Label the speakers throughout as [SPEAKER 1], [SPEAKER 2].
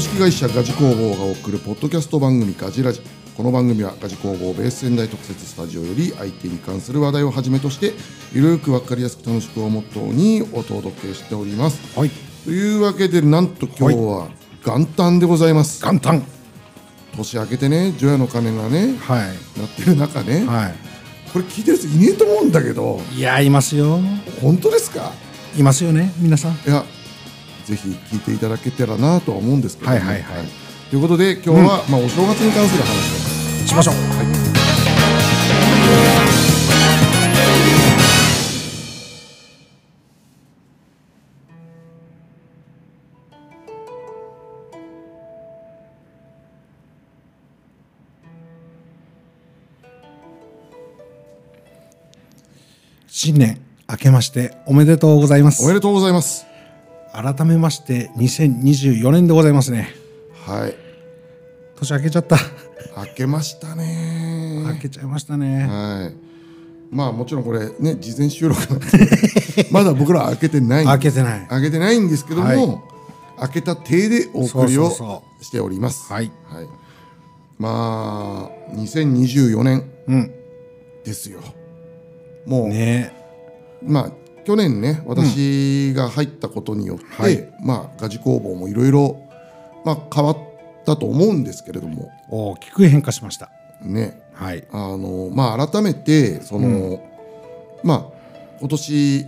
[SPEAKER 1] 式会社ガジ工房が送るポッドキャスト番組ガジラジこの番組はガジ工房ベース仙台特設スタジオより IT に関する話題をはじめとしてゆるくわかりやすく楽しくをモットーにお届けしております
[SPEAKER 2] はい
[SPEAKER 1] というわけでなんと今日は元旦でございます
[SPEAKER 2] 元旦
[SPEAKER 1] 年明けてね除夜の鐘がね
[SPEAKER 2] は
[SPEAKER 1] なってる中ね
[SPEAKER 2] いは
[SPEAKER 1] これ聞いてる人いねえと思うんだけど
[SPEAKER 2] いいやいますよ
[SPEAKER 1] 本当ですか
[SPEAKER 2] いますよね皆さん
[SPEAKER 1] いやぜひ聞いていただけたらなとは思うんですけどね、
[SPEAKER 2] はいはいはい
[SPEAKER 1] ということで今日は、まあ、お正月に関する話
[SPEAKER 2] しましょう新年明けましておめでとうござい
[SPEAKER 1] お
[SPEAKER 2] ま
[SPEAKER 1] め
[SPEAKER 2] す
[SPEAKER 1] でとうございます
[SPEAKER 2] 改めまして2024年でございますね
[SPEAKER 1] はい
[SPEAKER 2] 年明けちゃった
[SPEAKER 1] 明けましたね
[SPEAKER 2] 明けちゃいましたね
[SPEAKER 1] はいまあもちろんこれね事前収録なんでまだ僕らは明けてない
[SPEAKER 2] 明けてない
[SPEAKER 1] 明けてないんですけども、
[SPEAKER 2] はい
[SPEAKER 1] 明けた体でお送り
[SPEAKER 2] そうそう
[SPEAKER 1] を
[SPEAKER 2] そ
[SPEAKER 1] しております
[SPEAKER 2] はい
[SPEAKER 1] はい、まあ2024年
[SPEAKER 2] うん
[SPEAKER 1] ですよもう、
[SPEAKER 2] ね
[SPEAKER 1] まあ去年ね私が入ったことによって、
[SPEAKER 2] はい
[SPEAKER 1] まあガジ工房もいろいろまあ変わったと思うんですけれども
[SPEAKER 2] 大きく変化しました
[SPEAKER 1] ね
[SPEAKER 2] はい
[SPEAKER 1] あのまあ改めてその、まあ今年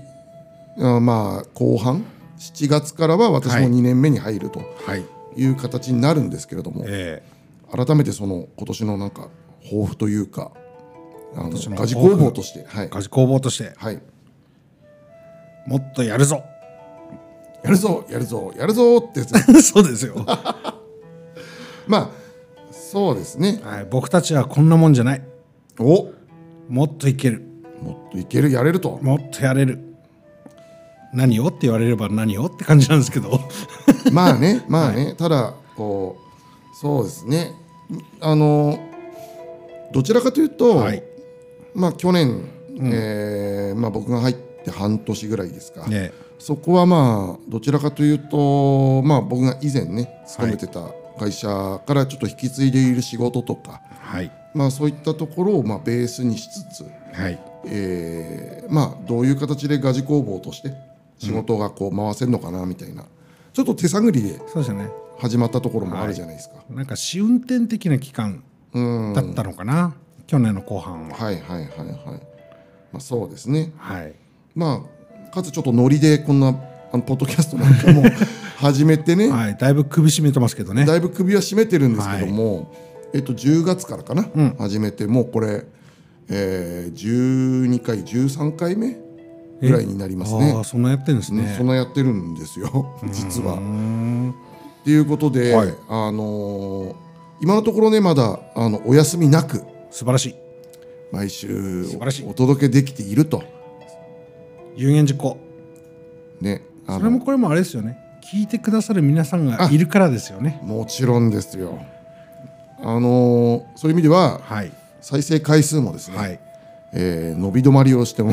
[SPEAKER 1] あまあ後半7月からは私
[SPEAKER 2] はい
[SPEAKER 1] も2年目に入ると
[SPEAKER 2] はい
[SPEAKER 1] いう形になるんですけれども、
[SPEAKER 2] え
[SPEAKER 1] 改めてその今年のなんか抱負というかあの
[SPEAKER 2] 年の
[SPEAKER 1] ガジ工房としては
[SPEAKER 2] え
[SPEAKER 1] い、
[SPEAKER 2] 家事工房として
[SPEAKER 1] はい、
[SPEAKER 2] もっとやるぞ
[SPEAKER 1] やるぞやるぞやるぞってやつ
[SPEAKER 2] そうですよ、
[SPEAKER 1] まあそうですね
[SPEAKER 2] はい、僕たちはこんなもんじゃない
[SPEAKER 1] お
[SPEAKER 2] もっといける
[SPEAKER 1] もっといけるやれると
[SPEAKER 2] もっとやれる何をって言われれば何をって感じなんですけど
[SPEAKER 1] まあねまあね、ただこうそうですねあのどちらかというと、
[SPEAKER 2] はい
[SPEAKER 1] まあ去年、えーまあ、僕が入って半年ぐらいですか、
[SPEAKER 2] ね
[SPEAKER 1] そこはまあどちらかというと、まあ、僕が以前ね勤めてた会社からちょっと引き継いでいる仕事とか、
[SPEAKER 2] はい
[SPEAKER 1] まあ、そういったところをまあベースにしつつ、
[SPEAKER 2] はい
[SPEAKER 1] えーまあどういう形でガジ工房として仕事がこう回せるのかなみたいな、ちょっと手探りで
[SPEAKER 2] そうですよね
[SPEAKER 1] 始まったところもあるじゃないですか。
[SPEAKER 2] なんか試運転的な期間
[SPEAKER 1] うん
[SPEAKER 2] だったのかな、去年の後半は
[SPEAKER 1] はいはいはいはい。まあそうですね。
[SPEAKER 2] はい
[SPEAKER 1] まあかつちょっとノリでこんなあのポッドキャストなんかも始めてね、
[SPEAKER 2] はいだいぶ首絞めてますけどね
[SPEAKER 1] だいぶ首は絞めてるんですけども、えっと10月からかな、
[SPEAKER 2] うん
[SPEAKER 1] 始めてもうこれ、えー、12回13回目ぐらいになりますね
[SPEAKER 2] ああ。そんなやってるんです
[SPEAKER 1] ね
[SPEAKER 2] ね
[SPEAKER 1] そんなやってるんですよ実は。
[SPEAKER 2] うーん
[SPEAKER 1] っていうことで、
[SPEAKER 2] はい
[SPEAKER 1] あのー今のところねまだあのお休みなく
[SPEAKER 2] 素晴らしい
[SPEAKER 1] 毎週
[SPEAKER 2] 素晴らしい
[SPEAKER 1] おお届けできていると
[SPEAKER 2] 有言実行
[SPEAKER 1] ねあ
[SPEAKER 2] それ
[SPEAKER 1] の
[SPEAKER 2] もこれもあれですよね聞いてくださる皆さんがいるからですよね
[SPEAKER 1] もちろんですよあのーそういう意味では
[SPEAKER 2] はい
[SPEAKER 1] 再生回数もですね、
[SPEAKER 2] はい
[SPEAKER 1] えー伸び止まりをしても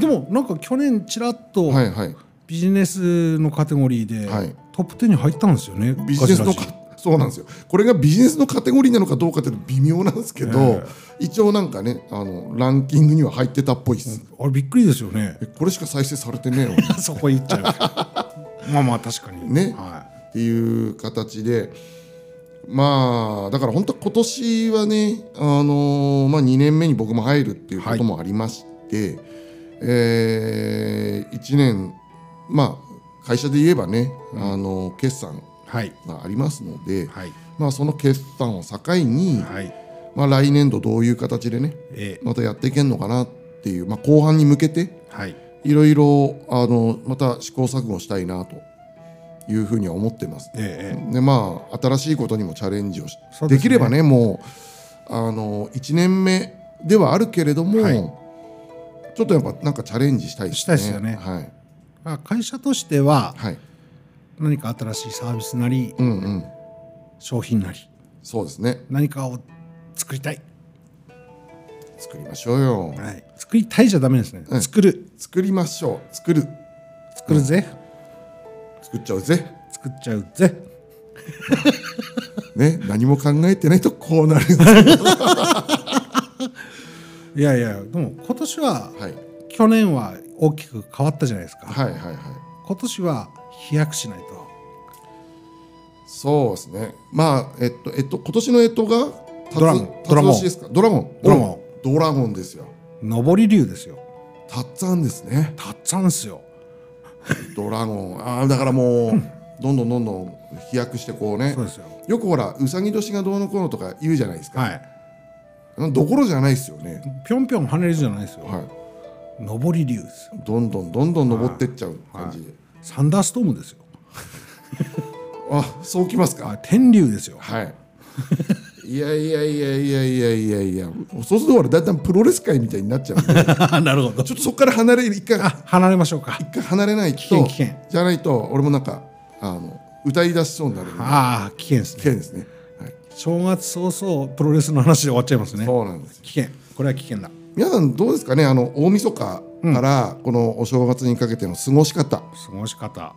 [SPEAKER 2] でもなんか去年ちらっと
[SPEAKER 1] はいはい
[SPEAKER 2] ビジネスのカテゴリーで
[SPEAKER 1] はい
[SPEAKER 2] トップ10に入ったんですよね
[SPEAKER 1] ビジネスの
[SPEAKER 2] ガジラ
[SPEAKER 1] かそうなんですよこれがビジネスのカテゴリーなのかどうかっていうと微妙なんですけど、
[SPEAKER 2] え
[SPEAKER 1] 一応なんかねあのランキングには入ってたっぽいです、
[SPEAKER 2] ジあれびっくりですよね
[SPEAKER 1] えこれしか再生されてねえのに
[SPEAKER 2] そこ言っちゃ うまあまあ確かに
[SPEAKER 1] ね
[SPEAKER 2] は
[SPEAKER 1] っていう形でまあだから本当は今年はね、あのーまあ、2年目に僕も入るっていうこともありまして、え1年まあ会社で言えばね、あのー決算
[SPEAKER 2] いはい
[SPEAKER 1] がありますので、
[SPEAKER 2] はい
[SPEAKER 1] まあ、その決算を境に、
[SPEAKER 2] はい
[SPEAKER 1] まあ、来年度どういう形でね
[SPEAKER 2] え
[SPEAKER 1] またやっていけるのかなっていう、まあ、後半に向けて
[SPEAKER 2] ーはい
[SPEAKER 1] いろいろあのまた試行錯誤したいなというふうには思ってます。
[SPEAKER 2] え
[SPEAKER 1] でまあ新しいことにもチャレンジをし
[SPEAKER 2] そう
[SPEAKER 1] で,、
[SPEAKER 2] ですね
[SPEAKER 1] きればねもうあの1年目ではあるけれども、
[SPEAKER 2] はい
[SPEAKER 1] ちょっとやっぱなんかチャレンジしたい
[SPEAKER 2] したいですよね
[SPEAKER 1] はい、
[SPEAKER 2] ーまあ会社としては
[SPEAKER 1] はい、
[SPEAKER 2] 何か新しいサービスなり
[SPEAKER 1] うんうん
[SPEAKER 2] 商品なり
[SPEAKER 1] そうですね
[SPEAKER 2] 何かを作りたい、
[SPEAKER 1] 作りましょうよ
[SPEAKER 2] はい、作りたいじゃダメですね、
[SPEAKER 1] うん
[SPEAKER 2] 作る
[SPEAKER 1] 作りましょう作る
[SPEAKER 2] 作るぜ、
[SPEAKER 1] 作っちゃうぜ
[SPEAKER 2] 作っちゃうぜ
[SPEAKER 1] ね、何も考えてないとこうな るんですけど
[SPEAKER 2] いやいやでも今年は
[SPEAKER 1] はい
[SPEAKER 2] 去年は大きく変わったじゃないですか、
[SPEAKER 1] はいはいはい
[SPEAKER 2] 今年は飛躍しないと
[SPEAKER 1] そうですねまあえっとえっと今年のえっとが
[SPEAKER 2] ドラゴン
[SPEAKER 1] ドラゴンですかドラゴン
[SPEAKER 2] ドラゴ
[SPEAKER 1] ンドラゴンですよ
[SPEAKER 2] 上り竜ですよ
[SPEAKER 1] たっつぁんですね
[SPEAKER 2] たっつぁんですよ
[SPEAKER 1] ドラゴンああだからもうどんどんどんどん飛躍してこうね
[SPEAKER 2] そうですよ
[SPEAKER 1] よくほらうさぎ年がどうのこうのとか言うじゃないですか、
[SPEAKER 2] はい
[SPEAKER 1] どころじゃないですよね、
[SPEAKER 2] ぴょんぴょん跳ねるじゃないですよ、
[SPEAKER 1] はい、
[SPEAKER 2] 上り竜ですよ
[SPEAKER 1] どんどんどんどん登ってっちゃう感じで、
[SPEAKER 2] サンダーストームですよ
[SPEAKER 1] あそうきますか
[SPEAKER 2] あ天竜ですよ
[SPEAKER 1] はいいやいやいやいやいやいやいやそうするとほらだんだんプロレス界みたい になっちゃうんで
[SPEAKER 2] なるほど
[SPEAKER 1] ちょっとそこから離れる一回
[SPEAKER 2] 離れましょうか
[SPEAKER 1] 一回離れないと
[SPEAKER 2] 危険危険
[SPEAKER 1] じゃないと俺もなんかあの歌い出しそうになるんで
[SPEAKER 2] ああ危険で
[SPEAKER 1] 危
[SPEAKER 2] すね
[SPEAKER 1] 険ですね、はい、
[SPEAKER 2] 正月早々プロレスの話で終わっちゃいますね
[SPEAKER 1] そうなんです
[SPEAKER 2] 危険これは危険だ
[SPEAKER 1] 皆さんどうですかねあの大晦日からこのお正月にかけての過ごし方、
[SPEAKER 2] 過ごし方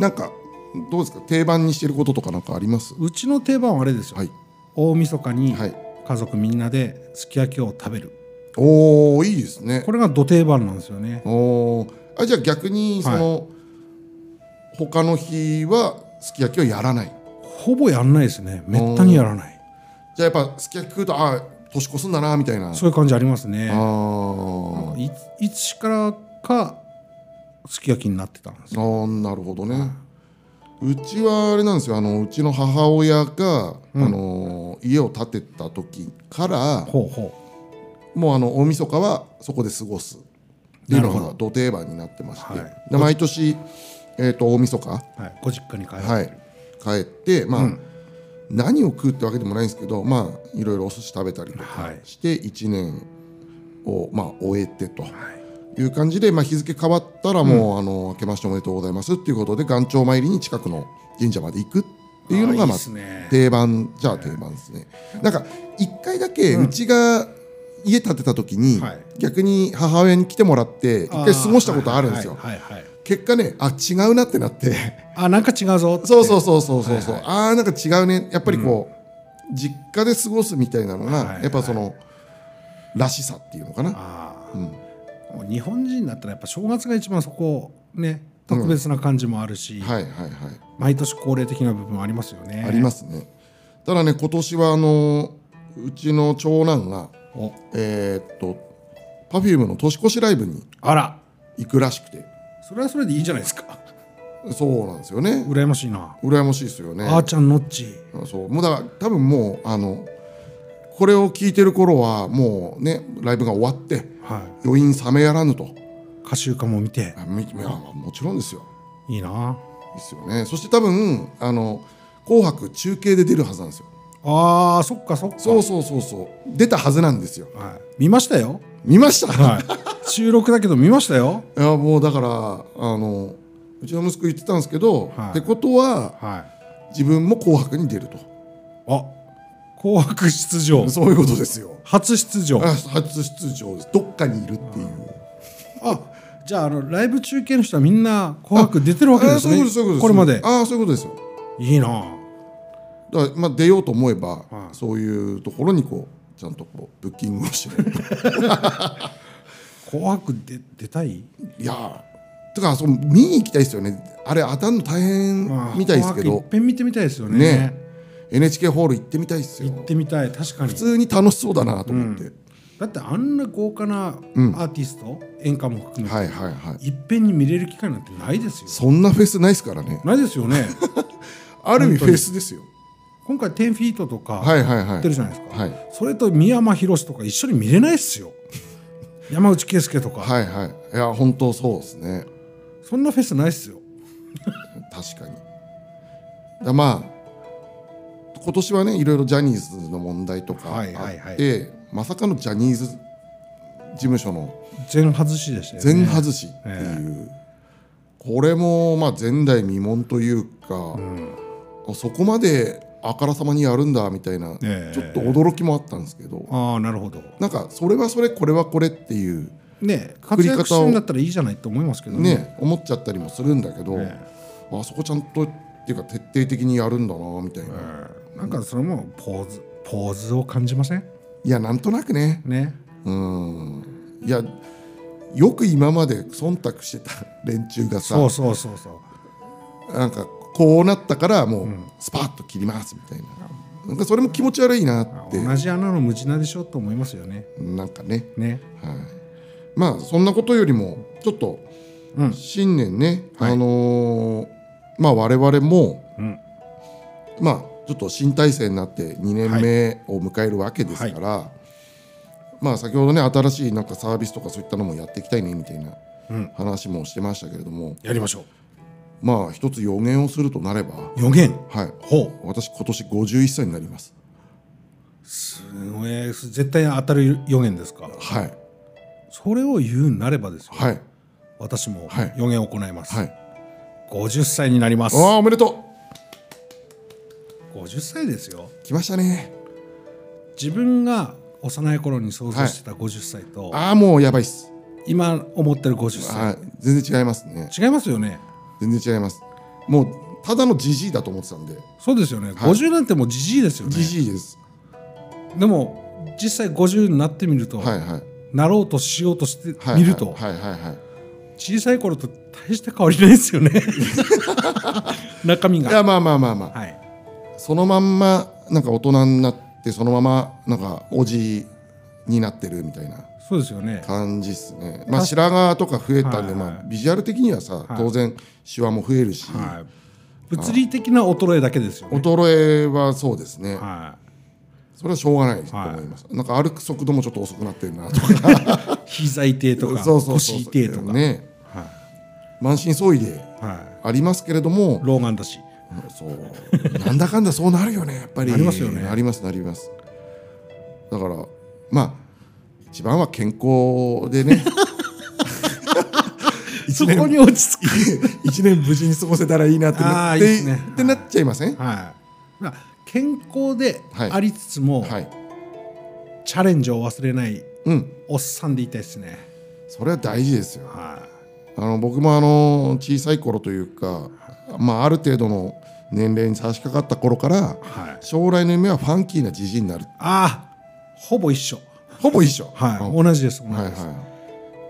[SPEAKER 1] なんかどうですか定番にしてることとかなんかあります
[SPEAKER 2] うちの定番はあれですよ、
[SPEAKER 1] はい
[SPEAKER 2] 大晦日に
[SPEAKER 1] はい
[SPEAKER 2] 家族みんなですき焼きを食べる
[SPEAKER 1] おおいいですね
[SPEAKER 2] これが土定番なんですよね
[SPEAKER 1] おーあじゃあ逆にその、他の日はすき焼きはやらない
[SPEAKER 2] ほぼやんないですねめったにやらない
[SPEAKER 1] じゃあやっぱすき焼き食うとああ年越すんだなみたいなあ
[SPEAKER 2] そういう感じありますね
[SPEAKER 1] あ
[SPEAKER 2] いついつしからかすき焼きになってたんです
[SPEAKER 1] あーなるほどねうちはあれなんですよあのうちの母親が、あのー家を建てた時から
[SPEAKER 2] ほうほ
[SPEAKER 1] もうあの大晦日はそこで過ごすっていうの
[SPEAKER 2] なるほ
[SPEAKER 1] が土定番になってまして、
[SPEAKER 2] はい
[SPEAKER 1] で毎年、えー、と大晦日か
[SPEAKER 2] う、はい、ご実家に帰る、
[SPEAKER 1] はい、帰って、まあ何を食うってわけでもないんですけど、まあ、いろいろお寿司食べたりと
[SPEAKER 2] は
[SPEAKER 1] か
[SPEAKER 2] い
[SPEAKER 1] して1年を、まあ、終えてという感じで、まあ、日付変わったらもう、あの明けましておめでとうございますっていうことで元朝参りに近くの神社まで行くっていうの
[SPEAKER 2] あ
[SPEAKER 1] が、ま
[SPEAKER 2] ーいい
[SPEAKER 1] あ
[SPEAKER 2] っすね
[SPEAKER 1] 定番じゃあ定番ですね。なんか1回だけうちが家建てた時に、
[SPEAKER 2] はい
[SPEAKER 1] 逆に母親に来てもらって一回過ごしたことあるんですよ。
[SPEAKER 2] はいはいはいはい
[SPEAKER 1] 結果ねあ違うなってなって。
[SPEAKER 2] あなんか違うぞって
[SPEAKER 1] そうそうそうそうそうそう、ああなんか違うねやっぱりこう、実家で過ごすみたいなのが、
[SPEAKER 2] はいはい
[SPEAKER 1] やっぱそのらしさっていうのかな
[SPEAKER 2] ああ、もう日本人だったらやっぱ正月が一番そこね特別な感じもあるし、
[SPEAKER 1] はいはいはい、
[SPEAKER 2] 毎年恒例的な部分ありますよね
[SPEAKER 1] ありますすねただね今年はあのうちの長男が
[SPEAKER 2] お
[SPEAKER 1] えーっと Perfume の年越しライブに
[SPEAKER 2] あら
[SPEAKER 1] 行くらしくて
[SPEAKER 2] それはそれでいいじゃないですか
[SPEAKER 1] そうなんですよね
[SPEAKER 2] 羨ましいな、
[SPEAKER 1] 羨ましいですよね
[SPEAKER 2] あーちゃんのっち
[SPEAKER 1] そうもうだから多分もうあのこれを聞いてる頃はもうねライブが終わって
[SPEAKER 2] は
[SPEAKER 1] 余韻冷めやらぬと
[SPEAKER 2] い歌集歌も見て
[SPEAKER 1] あみいやもちろんですよ。
[SPEAKER 2] いいな
[SPEAKER 1] ですよね。そして多分あの紅白中継で出るはずなんですよ。
[SPEAKER 2] あーそっかそっか
[SPEAKER 1] そうそうそうそう出たはずなんですよ。
[SPEAKER 2] はい、見ましたよ、
[SPEAKER 1] 見ました。い、
[SPEAKER 2] はい、収録だけど見ましたよ
[SPEAKER 1] やもうだからあのうちの息子言ってたんですけど、
[SPEAKER 2] はい
[SPEAKER 1] ってことは
[SPEAKER 2] はい
[SPEAKER 1] 自分も紅白に出ると
[SPEAKER 2] あ紅白出場
[SPEAKER 1] そういうことですよ。
[SPEAKER 2] 初出場
[SPEAKER 1] あ初出場です。どっかにいるっていう。
[SPEAKER 2] あじゃああのライブ中継の人はみんな「紅白」出てるわけ
[SPEAKER 1] あ
[SPEAKER 2] です
[SPEAKER 1] そう
[SPEAKER 2] ね
[SPEAKER 1] いうことですそういうことです。
[SPEAKER 2] これまで
[SPEAKER 1] あそういうことですよ。
[SPEAKER 2] いいな
[SPEAKER 1] だからまあ出ようと思えば、
[SPEAKER 2] はい
[SPEAKER 1] そういうところにこうちゃんとこうブッキングをして。
[SPEAKER 2] 紅白」で出たい
[SPEAKER 1] いやーてかその見に行きたいですよねあれ当たるの大変みたいですけ
[SPEAKER 2] 紅
[SPEAKER 1] ど
[SPEAKER 2] 白いっぺん見てみたいですよね
[SPEAKER 1] ね NHK ホール行ってみたいですよ
[SPEAKER 2] 行ってみたい確かに
[SPEAKER 1] 普通に楽しそうだなと思って、
[SPEAKER 2] だってあんな豪華なアーティスト、演歌も含めて、
[SPEAKER 1] はいはいはい
[SPEAKER 2] い、っぺんに見れる機会なんてないですよ
[SPEAKER 1] そんなフェスないですからね
[SPEAKER 2] ないですよ ね
[SPEAKER 1] ある意味
[SPEAKER 2] 本当
[SPEAKER 1] フェ
[SPEAKER 2] に
[SPEAKER 1] スですよ
[SPEAKER 2] 今回10フィートとか
[SPEAKER 1] はいはい
[SPEAKER 2] や
[SPEAKER 1] は
[SPEAKER 2] ってる
[SPEAKER 1] い
[SPEAKER 2] じゃないですか、
[SPEAKER 1] はい
[SPEAKER 2] それと三山ひろしとか一緒に見れないっすよ山内圭介とか、
[SPEAKER 1] はいはいいや本当そうですね
[SPEAKER 2] そんなフェスないっすよ
[SPEAKER 1] 確かにだまあ今年はねいろいろジャニーズの問題とかあっ
[SPEAKER 2] は
[SPEAKER 1] て、
[SPEAKER 2] いはいはい
[SPEAKER 1] まさかのジャニーズ事務所の
[SPEAKER 2] 全外しでしたよね
[SPEAKER 1] 全外しっていう、これもまあ前代未聞というか、あそこまであからさまにやるんだみたいな、
[SPEAKER 2] ええ
[SPEAKER 1] ちょっと驚きもあったんですけど
[SPEAKER 2] ああなるほど
[SPEAKER 1] なんかそれはそれこれはこれっていう
[SPEAKER 2] ね
[SPEAKER 1] 作
[SPEAKER 2] 活
[SPEAKER 1] り方を
[SPEAKER 2] 躍してるんだったらいいじゃないと思いますけどね
[SPEAKER 1] ね、思っちゃったりもするんだけど、
[SPEAKER 2] え
[SPEAKER 1] あそこちゃんとっていうか徹底的にやるんだなみたいな、
[SPEAKER 2] なんかそれもポーズポーズを感じません
[SPEAKER 1] いやなんとなくね
[SPEAKER 2] ね
[SPEAKER 1] うんいやよく今まで忖度してた連中がさ
[SPEAKER 2] そうそうそうそう
[SPEAKER 1] なんかこうなったからもうスパッと切りますみたいな,、なんかそれも気持ち悪いなって
[SPEAKER 2] 同じ穴の無地なでしょと思いますよね
[SPEAKER 1] なんかね
[SPEAKER 2] ね
[SPEAKER 1] はい、まあそんなことよりもちょっと
[SPEAKER 2] うん
[SPEAKER 1] 新年ね、
[SPEAKER 2] はい
[SPEAKER 1] あのーまあ我々も、
[SPEAKER 2] うん
[SPEAKER 1] まあちょっと新体制になって2年目を迎えるわけですから、まあ先ほどね新しいなんかサービスとかそういったのもやっていきたいねみたいな
[SPEAKER 2] うん
[SPEAKER 1] 話もしてましたけれども
[SPEAKER 2] やりましょ
[SPEAKER 1] まあ一つ予言をするとなれば
[SPEAKER 2] う予言
[SPEAKER 1] はい
[SPEAKER 2] ほ
[SPEAKER 1] 私今年51歳になります
[SPEAKER 2] すごい絶対当たる予言ですか
[SPEAKER 1] はい
[SPEAKER 2] それを言うなればですよ
[SPEAKER 1] はい
[SPEAKER 2] 私も
[SPEAKER 1] はい
[SPEAKER 2] 予言を行います、
[SPEAKER 1] はい
[SPEAKER 2] 50歳になります
[SPEAKER 1] ああおめでと
[SPEAKER 2] 50歳ですよ
[SPEAKER 1] う来ましたね
[SPEAKER 2] 自分が幼い頃に想像してた50歳と、
[SPEAKER 1] ああもうやばいっす
[SPEAKER 2] 今思ってる50
[SPEAKER 1] は
[SPEAKER 2] 歳
[SPEAKER 1] い全然違いますね
[SPEAKER 2] 違いますよね
[SPEAKER 1] 全然違いますもうただのジジイだと思ってたんで
[SPEAKER 2] そうですよね、
[SPEAKER 1] はい
[SPEAKER 2] 50なんてもうじじいですよね
[SPEAKER 1] ジジイです
[SPEAKER 2] でも実際50になってみると、
[SPEAKER 1] はいはい
[SPEAKER 2] なろうとしようとして
[SPEAKER 1] はい
[SPEAKER 2] みると、
[SPEAKER 1] はいはいはいはい
[SPEAKER 2] 小さい頃と大して変わりないで すよね中身
[SPEAKER 1] いや
[SPEAKER 2] が
[SPEAKER 1] まあまあまあまあ
[SPEAKER 2] はい
[SPEAKER 1] そのまんまなんか大人になってそのままなんかおじになってるみたいな
[SPEAKER 2] そうですよね
[SPEAKER 1] 感じっすねまあ白髪とか増えたんで
[SPEAKER 2] はいはい
[SPEAKER 1] まあビジュアル的にはさ
[SPEAKER 2] い
[SPEAKER 1] 当然シワも増えるし
[SPEAKER 2] はい物理的な衰えだけですよね
[SPEAKER 1] 衰えはそうですね
[SPEAKER 2] は
[SPEAKER 1] それはしょうがないと思いますなんか歩く速度もちょっと遅くなってるな とか
[SPEAKER 2] い膝痛いとか
[SPEAKER 1] そうそうそう
[SPEAKER 2] 腰痛いとか、
[SPEAKER 1] ね
[SPEAKER 2] は
[SPEAKER 1] 満身創痍で
[SPEAKER 2] いは
[SPEAKER 1] ありますけれども
[SPEAKER 2] い、老眼だし
[SPEAKER 1] そうなんだかんだそうなるよねやっぱり
[SPEAKER 2] なりますよね
[SPEAKER 1] なりますなりますだからまあ一番は健康で ね
[SPEAKER 2] そこに落ち着く
[SPEAKER 1] 一年無事に過ごせたらいいなってな
[SPEAKER 2] あ
[SPEAKER 1] っ
[SPEAKER 2] ー
[SPEAKER 1] て
[SPEAKER 2] いいっすね
[SPEAKER 1] ってなっちゃいませんは
[SPEAKER 2] はい、まあ、健康で
[SPEAKER 1] はい
[SPEAKER 2] ありつつも、
[SPEAKER 1] い、
[SPEAKER 2] チャレンジを忘れない
[SPEAKER 1] うん
[SPEAKER 2] おっさんでいたいですね。
[SPEAKER 1] それは大事ですよ
[SPEAKER 2] は
[SPEAKER 1] あの僕もあの小さい頃というか、まあ、ある程度の年齢に差し掛かった頃から
[SPEAKER 2] い。はい。
[SPEAKER 1] 将来の夢はファンキーなじじいになる
[SPEAKER 2] ああ、ほぼ一緒。
[SPEAKER 1] ほぼ一緒
[SPEAKER 2] は
[SPEAKER 1] うん
[SPEAKER 2] い。同じです。同じ
[SPEAKER 1] はい
[SPEAKER 2] です。
[SPEAKER 1] は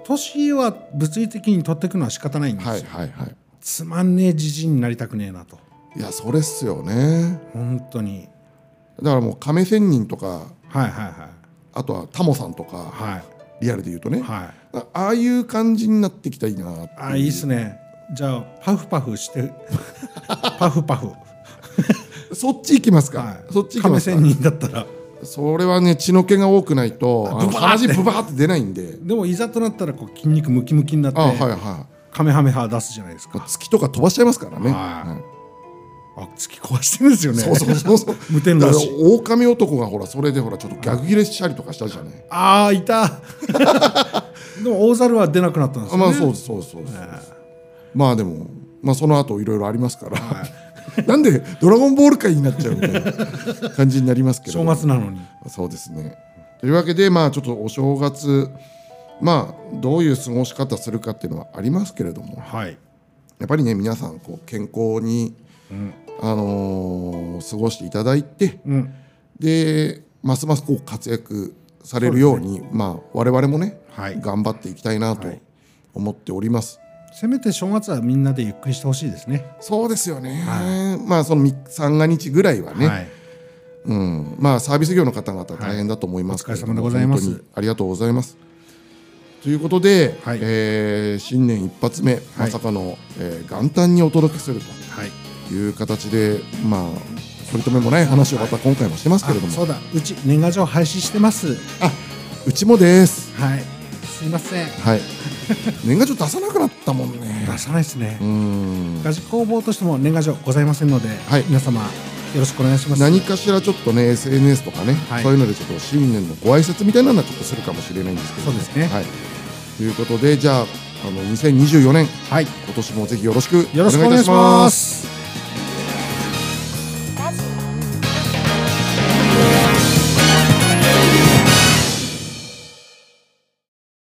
[SPEAKER 2] 年は物理的に取っていくのは仕方ないんで
[SPEAKER 1] い
[SPEAKER 2] すよ。
[SPEAKER 1] はいはいはい
[SPEAKER 2] つまんねえじじいになりたくねえなと。
[SPEAKER 1] いやそれっすよね
[SPEAKER 2] 本当に。
[SPEAKER 1] だからもう亀仙人とか
[SPEAKER 2] はいはいは
[SPEAKER 1] あとはタモさんとか
[SPEAKER 2] い。は
[SPEAKER 1] リアルで言うとね
[SPEAKER 2] い。はい。
[SPEAKER 1] あああいう感じになってきたらいいなって
[SPEAKER 2] ああ、いいっすね。じゃあ、パフパフ して。パフパフ。
[SPEAKER 1] そっち行きますか、
[SPEAKER 2] はい。
[SPEAKER 1] そっち行きま
[SPEAKER 2] 亀
[SPEAKER 1] す
[SPEAKER 2] 仙
[SPEAKER 1] か
[SPEAKER 2] 人だったら。
[SPEAKER 1] それはね血の気が多くないとあの鼻血ブバーって出ないんで
[SPEAKER 2] でも、いざとなったら、こう筋肉ムキムキになって。
[SPEAKER 1] あはいは
[SPEAKER 2] カメハメハ出すじゃないです
[SPEAKER 1] い
[SPEAKER 2] か。
[SPEAKER 1] 月とか飛ばしちゃいますからね、
[SPEAKER 2] はい
[SPEAKER 1] はい
[SPEAKER 2] あ、突き壊してるんですよね。
[SPEAKER 1] そうそうそうそう
[SPEAKER 2] 無天
[SPEAKER 1] だか
[SPEAKER 2] 狼
[SPEAKER 1] ら
[SPEAKER 2] 視。
[SPEAKER 1] 狼男がほらそれでほらちょっと逆ギレしたりとかしたじゃない
[SPEAKER 2] ああ、いた。でも大猿は出なくなったんです
[SPEAKER 1] あ
[SPEAKER 2] よ
[SPEAKER 1] ま
[SPEAKER 2] ね。
[SPEAKER 1] あそうですそうですそうですまあでもまあその後いろいろありますから、なんで「ドラゴンボール」界になっちゃうみたいな感じになりますけど
[SPEAKER 2] 正月なのに。
[SPEAKER 1] そうですね。というわけでまあちょっとお正月まあどういう過ごし方するかっていうのはありますけれども
[SPEAKER 2] はい。
[SPEAKER 1] やっぱりね皆さんこう健康に、あのー過ごしていただいて
[SPEAKER 2] うん。
[SPEAKER 1] でますますこう活躍されるようにまあ我々もね、
[SPEAKER 2] はい
[SPEAKER 1] 頑張っていきたいなと
[SPEAKER 2] はい
[SPEAKER 1] 思っております。
[SPEAKER 2] せめて正月はみんなでゆっくりしてほしいですね。
[SPEAKER 1] そうですよね、まあその3三が日ぐらいはね、
[SPEAKER 2] はい。
[SPEAKER 1] うん、まあサービス業の方々大変だと思いますけれども、
[SPEAKER 2] はいお疲れ様でございます
[SPEAKER 1] 本当にありがとうございます。ということで、
[SPEAKER 2] はい
[SPEAKER 1] えー新年一発目、まさかの、えー元旦にお届けする
[SPEAKER 2] はい。
[SPEAKER 1] という形で、まあ取り留めもない話をまた今回もしてますけれど
[SPEAKER 2] あ、
[SPEAKER 1] も、
[SPEAKER 2] そうだ。うち年賀状廃止してます。
[SPEAKER 1] あうちもです。
[SPEAKER 2] はい。すいません。
[SPEAKER 1] はい。年賀状出さなくなったもんね。
[SPEAKER 2] 出さないですね
[SPEAKER 1] う。ん。
[SPEAKER 2] ガジ工房としても年賀状ございませんので、
[SPEAKER 1] はい
[SPEAKER 2] 皆様よろしくお願いします。
[SPEAKER 1] 何かしらちょっとね SNS とかね、
[SPEAKER 2] はい
[SPEAKER 1] そういうのでちょっと新年のご挨拶みたいなのはちょっとするかもしれないんですけど
[SPEAKER 2] そうですね
[SPEAKER 1] はい、ということでじゃああの2024年
[SPEAKER 2] はい。
[SPEAKER 1] 今年もぜひよろしく
[SPEAKER 2] よろしくお願いします。